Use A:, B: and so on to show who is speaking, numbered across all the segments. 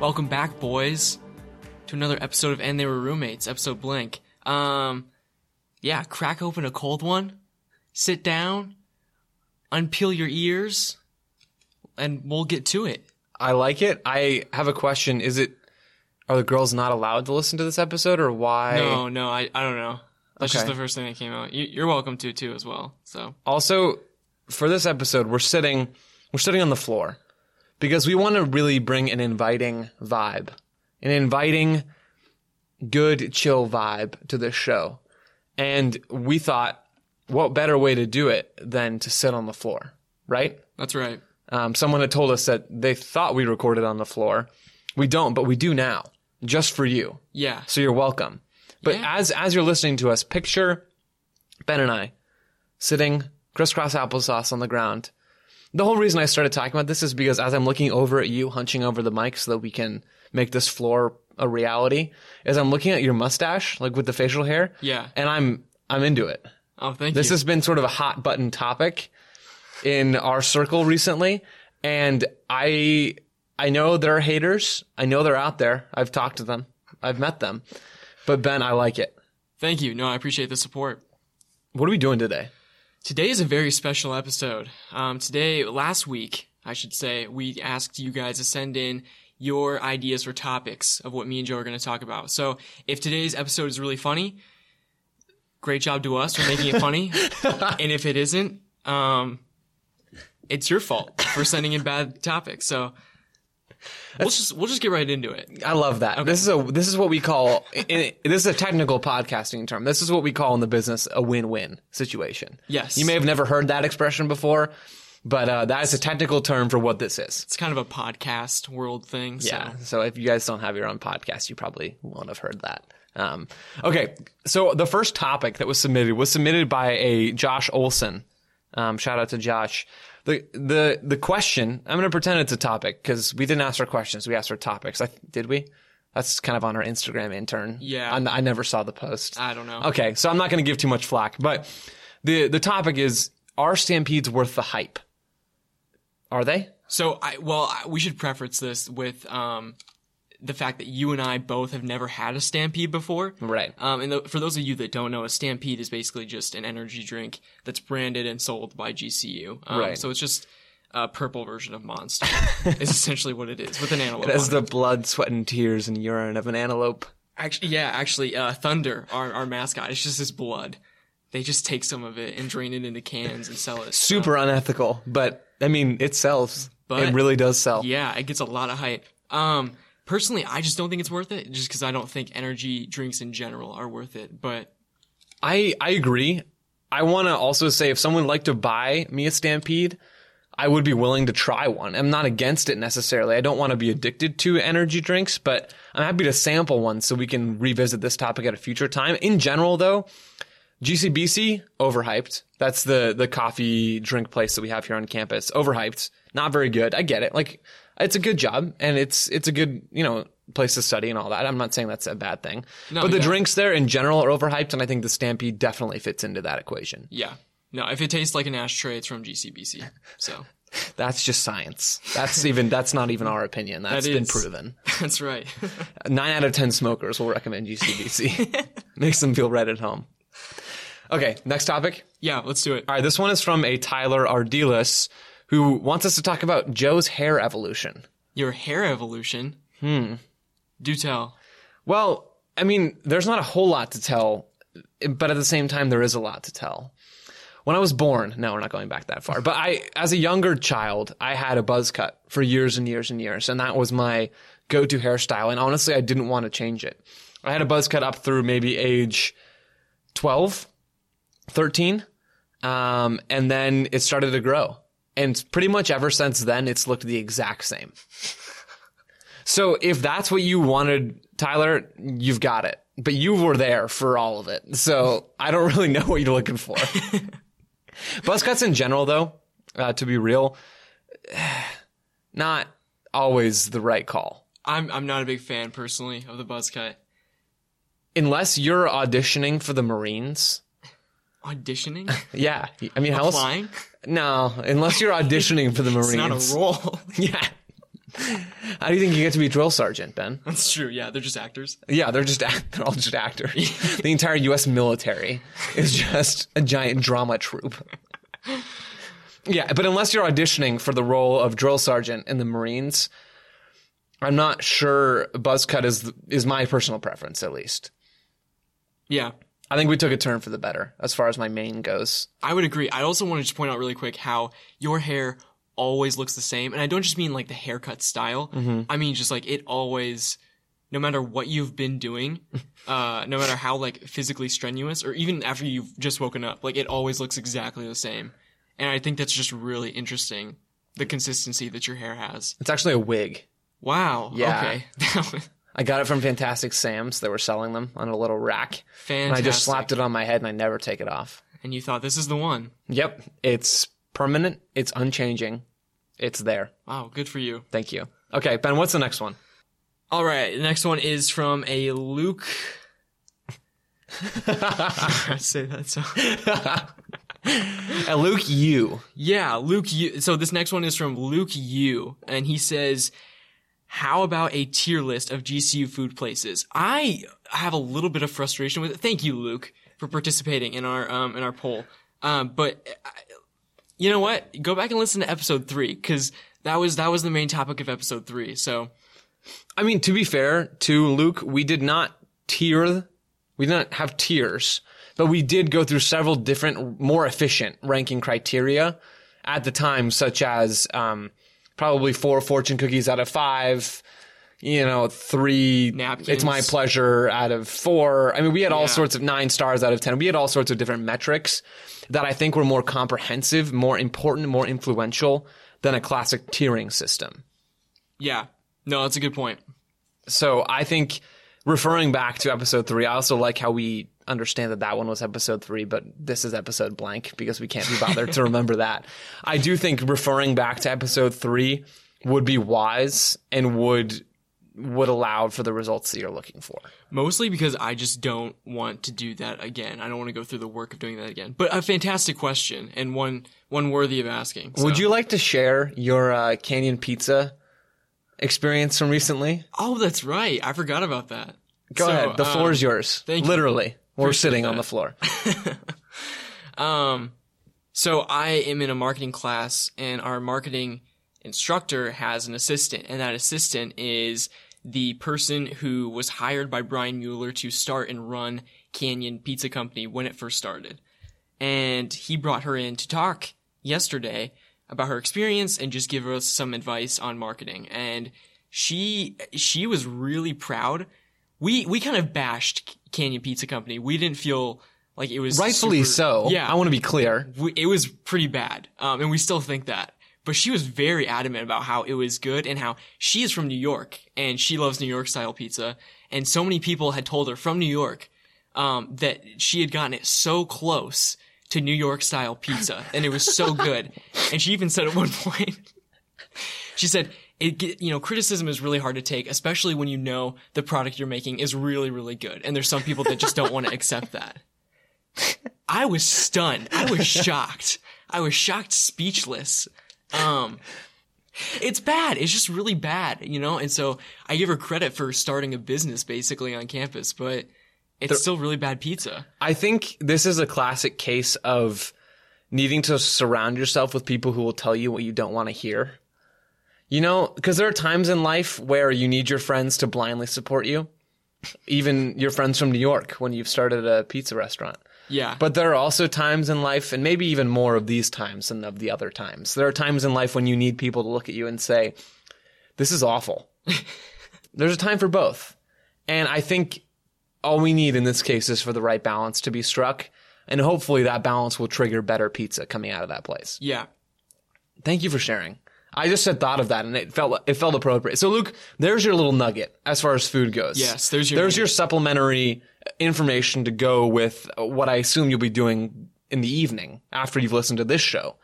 A: Welcome back, boys, to another episode of And They Were Roommates, episode blank. Um, yeah, crack open a cold one, sit down, unpeel your ears, and we'll get to it.
B: I like it. I have a question. Is it are the girls not allowed to listen to this episode or why?
A: No, Oh, no, I, I don't know. That's just
B: Okay.
A: the first thing that came out. You, you're welcome to too as well. So
B: Also, for this episode, we're sitting we're sitting on the floor because we want to really bring an inviting vibe, an inviting, good chill vibe to this show, and we thought, what better way to do it than to sit on the floor, right?
A: that's right.
B: Um, someone had told us that they thought we recorded on the floor. We don't, but we do now, just for you.
A: Yeah,
B: So you're welcome. But
A: Yeah.
B: as as you're listening to us, picture Ben and I sitting crisscross applesauce on the ground. The whole reason I started talking about this is because as I'm looking over at you, hunching over the mic so that we can make this floor a reality, is I'm looking at your mustache, like with the facial hair.
A: Yeah.
B: And I'm I'm into it.
A: Oh, thank
B: This
A: you.
B: has been sort of a hot button topic in our circle recently, and I I know there are haters. I know they're out there. I've talked to them. I've met them. But Ben, I like it.
A: thank you. No, I appreciate the support.
B: What are we doing today?
A: Today is a very special episode. Um, today, last week, I should say, we asked you guys to send in your ideas for topics of what me and Joe are going to talk about. So if today's episode is really funny, great job to us for making it funny. and if it isn't, um, it's your fault for sending in bad topics. So we'll just, we'll just get right into it.
B: I love that. This is a this is what we call i- i- this is a technical podcasting term. This is what we call in the business a win-win situation.
A: Yes.
B: You may have never heard that expression before, but uh, that is a technical term for what this is.
A: It's kind of a podcast world thing. So.
B: Yeah. So if you guys don't have your own podcast, you probably won't have heard that. Um, okay. So the first topic that was submitted was submitted by a Josh Olson. Um, shout out to Josh. The, the, the question, I'm going to pretend it's a topic because we didn't ask for questions. We asked for topics. I, did we? That's kind of on our Instagram intern.
A: Yeah.
B: I, I never saw the post.
A: I don't know.
B: Okay. So I'm not going to give too much flack, but the, the topic is, are stampedes worth the hype? Are they?
A: So I well, I, we should preference this with um, the fact that you and I both have never had a stampede before.
B: Right.
A: Um, and the, for those of you that don't know, a stampede is basically just an energy drink that's branded and sold by GCU. Um,
B: Right.
A: So it's just a purple version of Monster. is essentially what it is with an antelope.
B: As
A: on it.
B: the blood, sweat, and tears and urine of an antelope.
A: Actually, yeah, actually, uh, Thunder, our our mascot, it's just his blood. They just take some of it and drain it into cans and sell it. So,
B: Super unethical, but I mean, it sells.
A: But-
B: it really does sell.
A: Yeah, it gets a lot of hype. Um, personally, I just don't think it's worth it, just because I don't think energy drinks in general are worth it. But
B: I I agree. I want to also say if someone liked to buy me a Stampede, I would be willing to try one. I'm not against it necessarily. I don't want to be addicted to energy drinks, but I'm happy to sample one so we can revisit this topic at a future time. In general, though, GCBC overhyped. That's the the coffee drink place that we have here on campus. Overhyped. Not very good. I get it. Like it's a good job and it's it's a good, you know, place to study and all that. I'm not saying that's a bad thing. but the
A: yeah.
B: drinks there in general are overhyped and I think the Stampede definitely fits into that equation.
A: yeah, no, if it tastes like an ashtray, it's from GCBC. So
B: That's just science. That's even that's not even our opinion. That's
A: That
B: been
A: is.
B: proven.
A: that's right.
B: Nine out of ten smokers will recommend GCBC. Makes them feel right at home. Okay, next topic.
A: yeah, let's do it.
B: All right, this one is from a Tyler Ardelis who wants us to talk about Joe's hair evolution.
A: Your hair evolution. Hmm. Do tell.
B: Well, I mean, there's not a whole lot to tell, but at the same time, there is a lot to tell. When I was born, no, we're not going back that far, but I, as a younger child, I had a buzz cut for years and years and years, and that was my go to hairstyle. And honestly, I didn't want to change it. I had a buzz cut up through maybe age 12, 13, um, and then it started to grow. And pretty much ever since then, it's looked the exact same. So if that's what you wanted, Tyler, you've got it. But you were there for all of it. So I don't really know what you're looking for. Buzz cuts in general, though, uh, to be real, not always the right call.
A: I'm I'm not a big fan personally of the buzz cut.
B: Unless you're auditioning for the Marines.
A: Auditioning,
B: Yeah. I mean, how else?
A: flying.
B: No, unless you're auditioning for the Marines.
A: It's not a role.
B: Yeah. How do you think you get to be drill sergeant, Ben?
A: That's true. Yeah, they're just actors.
B: Yeah, they're just act- they're all just actors. the entire U.S. military is just a giant drama troupe. Yeah, but unless you're auditioning for the role of drill sergeant in the Marines, I'm not sure buzz cut is is my personal preference at least.
A: Yeah,
B: I think we took a turn for the better as far as my main goes.
A: I would agree. I also want to just point out really quick how your hair always looks the same. And I don't just mean like the haircut style.
B: Mm-hmm.
A: I mean just like it always, no matter what you've been doing, uh, no matter how like physically strenuous or even after you've just woken up, like it always looks exactly the same. And I think that's just really interesting, the consistency that your hair has.
B: It's actually a wig.
A: Wow.
B: Yeah.
A: Okay. That was
B: I got it from Fantastic Sam's. They were selling them on a little rack. And
A: fantastic.
B: I just slapped it on my head and I never take it off.
A: And you thought this is the one.
B: Yep. It's permanent. It's unchanging. It's there.
A: Wow. Good for you.
B: Thank you. Okay, Ben, what's the next one?
A: All right. The next one is from a Luke. I say that so.
B: And Luke, you.
A: Yeah, Luke U. So this next one is from Luke U, and he says, "How about a tier list of GCU food places?" I have a little bit of frustration with it. Thank you, Luke, for participating in our um in our poll. Um, but I, you know what? Go back and listen to episode three because that was that was the main topic of episode three. So
B: I mean, to be fair to Luke, we did not tier, we did not have tiers, but we did go through several different, more efficient ranking criteria at the time, such as um, probably four fortune cookies out of five, you know, three
A: Napkins.
B: It's my pleasure out of four. I mean, we had all
A: Yeah.
B: sorts of nine stars out of ten. We had all sorts of different metrics that I think were more comprehensive, more important, more influential than a classic tiering system.
A: yeah, no, that's a good point.
B: So I think referring back to episode three, I also like how we understand that that one was episode three, but this is episode blank because we can't be bothered to remember that. I do think referring back to episode three would be wise and would would allow for the results that you're looking for.
A: Mostly because I just don't want to do that again. I don't want to go through the work of doing that again. But a fantastic question and one one worthy of asking. So-
B: Would you like to share your uh, Canyon Pizza experience from recently?
A: Oh, that's right. I forgot about that.
B: Go
A: So,
B: ahead. The floor
A: um,
B: is yours.
A: thank you.
B: Literally. We're
A: Appreciate
B: sitting on
A: that.
B: the floor.
A: Um, so I am in a marketing class, and our marketing instructor has an assistant, and that assistant is the person who was hired by Brian Mueller to start and run Canyon Pizza Company when it first started. And he brought her in to talk yesterday about her experience and just give us some advice on marketing. And she she was really proud. We we kind of bashed Canyon Pizza Company. We didn't feel like it was
B: Rightfully
A: super-
B: so.
A: Yeah,
B: I want to be clear.
A: we, it was pretty bad, um, and we still think that. But she was very adamant about how it was good and how she is from New York and she loves New York style pizza. And so many people had told her from New York um, that she had gotten it so close to New York style pizza and it was so good. and she even said at one point, she said, it, ge- you know, criticism is really hard to take, especially when you know the product you're making is really, really good. And there's some people that just don't want to accept that. I was stunned. I was shocked. I was shocked, speechless. Um, it's bad. It's just really bad, you know? And so I give her credit for starting a business basically on campus, but it's still really bad pizza.
B: I think this is a classic case of needing to surround yourself with people who will tell you what you don't want to hear. You know, because there are times in life where you need your friends to blindly support you, even your friends from New York when you've started a pizza restaurant.
A: Yeah.
B: But there are also times in life, and maybe even more of these times than of the other times. There are times in life when you need people to look at you and say, This is awful. There's a time for both. And I think all we need in this case is for the right balance to be struck. And hopefully that balance will trigger better pizza coming out of that place.
A: yeah.
B: Thank you for sharing. I just had thought of that and it felt it felt appropriate. So Luke, there's your little nugget as far as food goes.
A: Yes, there's your
B: there's your supplementary information to go with what I assume you'll be doing in the evening after you've listened to this show.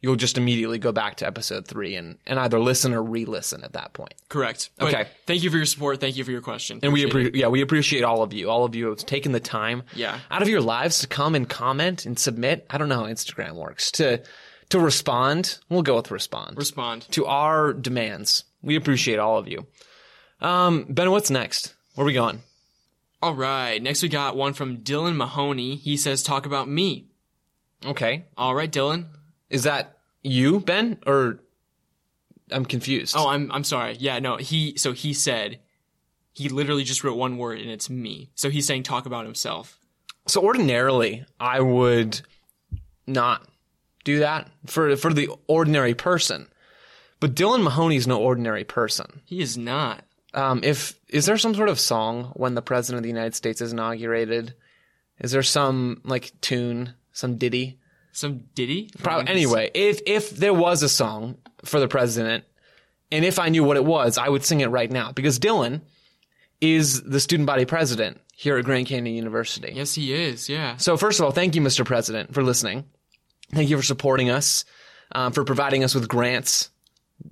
B: You'll just immediately go back to episode three and, and either listen or re-listen at that point.
A: Correct. But
B: Okay.
A: Thank you for your support. Thank you for your question.
B: And we appre- yeah, we appreciate all of you. All of you have taken the time
A: Yeah.
B: out of your lives to come and comment and submit. I don't know how Instagram works to to respond. We'll go with respond
A: respond.
B: to our demands. We appreciate all of you. Um, ben, what's next? Where are we going?
A: All right. Next, we got one from Dylan Mahoney. He says, "Talk about me."
B: Okay.
A: All right, Dylan.
B: Is that you, Ben? Or I'm confused.
A: Oh, I'm I'm sorry. Yeah, no. He so he said he literally just wrote one word and it's me. So he's saying talk about himself.
B: so ordinarily I would not do that for for the ordinary person. But Dylan Mahoney's no ordinary person.
A: He is not.
B: Um, if is there some sort of song when the president of the United States is inaugurated? Is there some like tune, some ditty?
A: Some Diddy?
B: Probably,
A: Probably
B: anyway, if if there was a song for the president, and if I knew what it was, I would sing it right now because Dylan is the student body president here at Grand Canyon University.
A: Yes, he is. Yeah.
B: So first of all, thank you, Mr. President, for listening. Thank you for supporting us, um, for providing us with grants.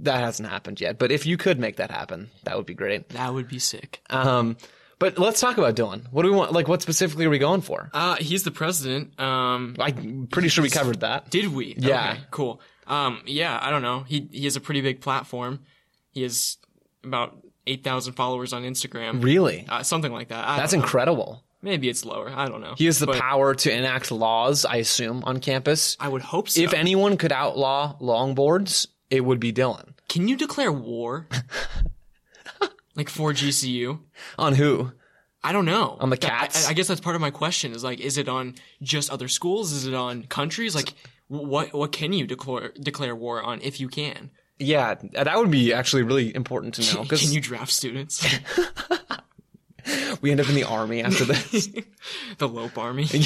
B: That hasn't happened yet, but if you could make that happen, that would be great.
A: That would be sick.
B: Um, but let's talk about Dylan. What do we want? Like, what specifically are we going for?
A: Uh, he's the president. Um,
B: I'm pretty sure we covered that.
A: did we?
B: Yeah.
A: Okay, cool. Um, yeah, I don't know. He, he has a pretty big platform. He has about 8,000 followers on Instagram.
B: Really?
A: Uh, something like that. I
B: That's
A: don't know.
B: incredible.
A: Maybe it's lower. I don't know.
B: He has the
A: But
B: power to enact laws, I assume, on campus.
A: I would hope so.
B: If anyone could outlaw longboards, it would be Dylan.
A: Can you declare war? like for GCU?
B: On who?
A: I don't know.
B: On the
A: That- I-
B: cats?
A: I, guess that's part of my question is like, is it on just other schools? Is it on countries? Like, wh- what what can you declare declare war on if you can?
B: Yeah, that would be actually really important to know
A: can
B: because
A: you draft students?
B: we end up in the army after this.
A: the Lope Army.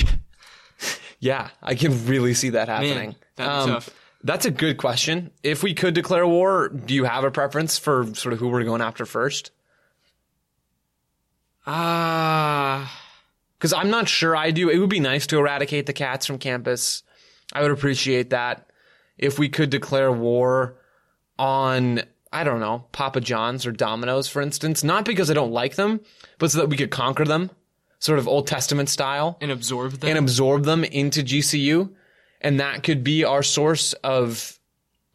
B: Yeah, I can really see that happening. Um,
A: Man, that'd be tough.
B: That's a good question. If we could declare war, do you have a preference for sort of who we're going after first?
A: Ah,
B: Because I'm not sure I do. It would be nice to eradicate the cats from campus. I would appreciate that. If we could declare war on, I don't know, Papa John's or Domino's, for instance, not because I don't like them, but so that we could conquer them, sort of Old Testament style.
A: and absorb them.
B: and absorb them into GCU, and that could be our source of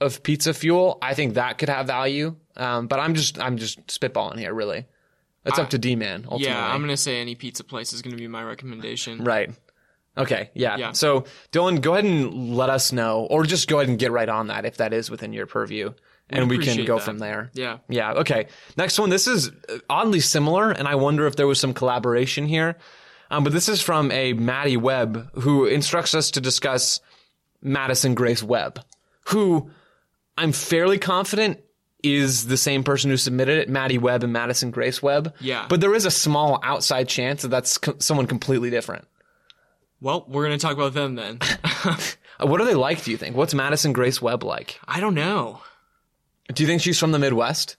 B: of pizza fuel. I think that could have value. Um, but I'm just I'm just spitballing here, really. It's up to D man ultimately.
A: yeah, I'm gonna say any pizza place is gonna be my recommendation.
B: right. Okay, yeah.
A: Yeah.
B: So Dylan, go ahead and let us know, or just go ahead and get right on that if that is within your purview, and we can
A: appreciate
B: go
A: that.
B: from there.
A: Yeah.
B: Yeah. Okay. Next one. This is uh, oddly similar, and I wonder if there was some collaboration here. Um, but this is from a Maddie Webb who instructs us to discuss Madison Grace Webb, who I'm fairly confident is the same person who submitted it, Maddie Webb and Madison Grace Webb.
A: Yeah.
B: But there is a small outside chance that that's co- someone completely different.
A: Well, we're gonna talk about them then.
B: Uh, What are they like? Do you think? What's Madison Grace Webb like?
A: I don't know.
B: Do you think she's from the Midwest?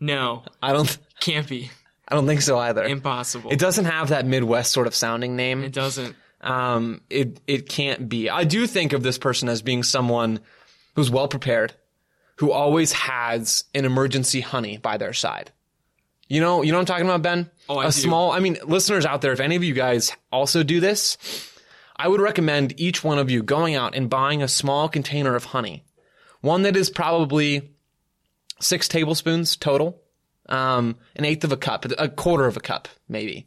A: No,
B: I don't.
A: can't be
B: I don't think so either.
A: impossible.
B: It doesn't have that Midwest sort of sounding name.
A: it doesn't.
B: um, it it can't be. I do think of this person as being someone who's well prepared, who always has an emergency honey by their side. You know, you know what I'm talking about, Ben.
A: Oh, I
B: a
A: do.
B: small. I mean, listeners out there, if any of you guys also do this, I would recommend each one of you going out and buying a small container of honey, one that is probably six tablespoons total, um, an eighth of a cup, a quarter of a cup, maybe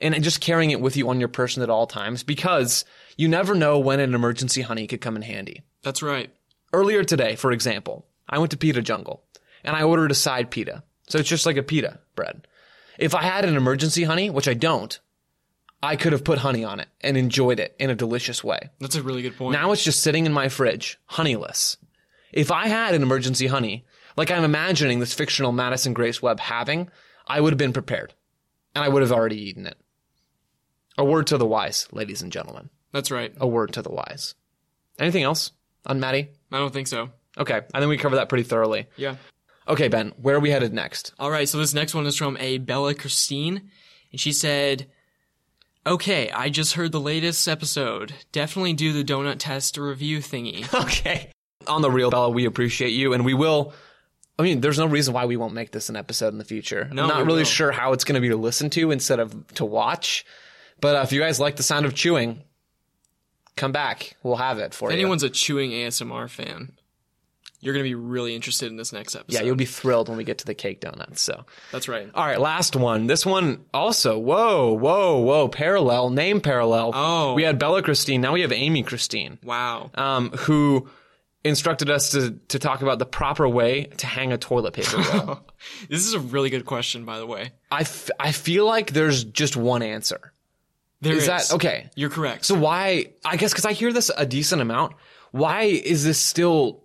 B: and just carrying it with you on your person at all times because you never know when an emergency honey could come in handy.
A: That's right.
B: Earlier today, for example, I went to Pita Jungle and I ordered a side pita. So it's just like a pita bread. If I had an emergency honey, which I don't, I could have put honey on it and enjoyed it in a delicious way.
A: That's a really good point.
B: Now it's just sitting in my fridge, honeyless. If I had an emergency honey, like I'm imagining this fictional Madison Grace Webb having, I would have been prepared. And I would have already eaten it. A word to the wise, ladies and gentlemen.
A: That's right.
B: A word to the wise. Anything else on Maddie?
A: I don't think so.
B: Okay, I think we covered that pretty thoroughly.
A: Yeah.
B: Okay, Ben, where are we headed next?
A: All right, so this next one is from a Bella Christine, and she said, "Okay, I just heard the latest episode. Definitely do the donut test review thingy.
B: Okay. On the real, Bella, we appreciate you, and we will. I mean, there's no reason why we won't make this an episode in the future.
A: No,
B: I'm not
A: we
B: really
A: will.
B: sure how it's going to be to listen to instead of to watch. But uh, if you guys like the sound of chewing, come back. We'll have it for
A: If
B: you.
A: anyone's a chewing ASMR fan, You're going to be really interested in this next episode.
B: Yeah, you'll be thrilled when we get to the cake donuts. So,
A: That's right.
B: all right, last one. This one also. Whoa, whoa, whoa! Parallel name parallel.
A: Oh.
B: we had Bella Christine. Now we have Amy Christine,
A: Wow.
B: um, who instructed us to to talk about the proper way to hang a toilet paper roll.
A: This is a really good question, by the way.
B: I, f- I feel like there's just one answer.
A: There
B: Is that okay?
A: You're correct.
B: So why? I guess because I hear this a decent amount. Why is this still?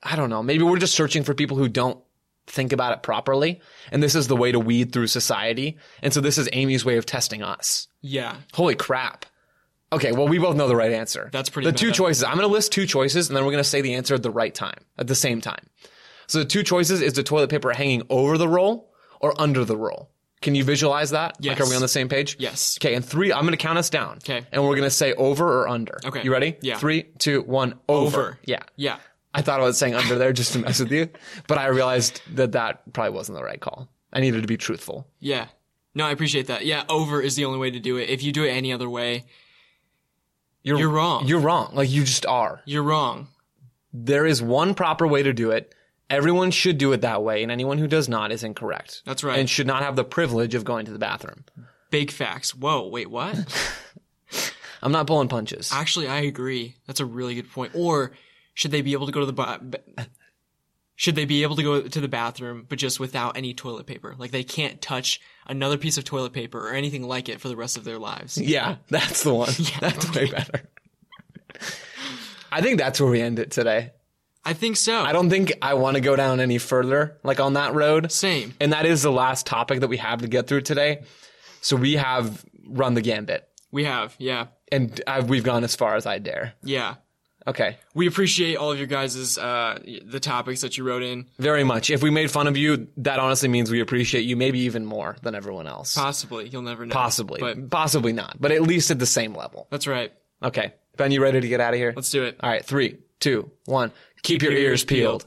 B: I don't know. Maybe we're just searching for people who don't think about it properly, and this is the way to weed through society. And so this is Amy's way of testing us.
A: yeah.
B: Holy crap! Okay, well we both know the right answer.
A: That's pretty
B: The two
A: meta.
B: choices. I'm going to list two choices, and then we're going to say the answer at the right time, at the same time. So the two choices is the toilet paper hanging over the roll or under the roll. Can you visualize that? Like,
A: Yes.
B: are we on the same page?
A: Yes.
B: Okay, and three, I'm going to count us down.
A: 'Kay.
B: And we're going to say over or under.
A: Okay.
B: You ready?
A: Yeah.
B: Three, two, one, over.
A: Over.
B: Yeah.
A: Yeah.
B: I thought I was saying under there just to mess with you, but I realized that that probably wasn't the right call. I needed to be truthful.
A: Yeah. No, I appreciate that. Yeah, over is the only way to do it. If you do it any other way, You're wrong.
B: You're wrong. Like, you just are.
A: you're wrong.
B: There is one proper way to do it. Everyone should do it that way, and anyone who does not is incorrect.
A: That's right.
B: And should not have the privilege of going to the bathroom.
A: Big facts. Whoa, wait, what?
B: I'm not pulling punches.
A: Actually, I agree. That's a really good point. Or should they be able to go to the ba- ba- should they be able to go to the bathroom but just without any toilet paper? Like they can't touch another piece of toilet paper or anything like it for the rest of their lives.
B: Yeah, that's the one. that's way better. I think that's where we end it today.
A: I think so.
B: I don't think I want to go down any further, like on that road.
A: Same.
B: And that is the last topic that we have to get through today. So we have run the gambit,
A: We have. Yeah.
B: and i we've gone as far as I dare.
A: Yeah.
B: Okay,
A: We appreciate all of your guys' uh, the topics that you wrote in.
B: very much. If we made fun of you, that honestly means we appreciate you, maybe even more than everyone else.
A: Possibly, you'll never know.
B: Possibly,
A: but
B: possibly not, but at least at the same level.
A: that's right.
B: Okay, Ben, you ready to get out of here?
A: Let's do it.
B: All right, three, two, one. Keep, your, ears peeled.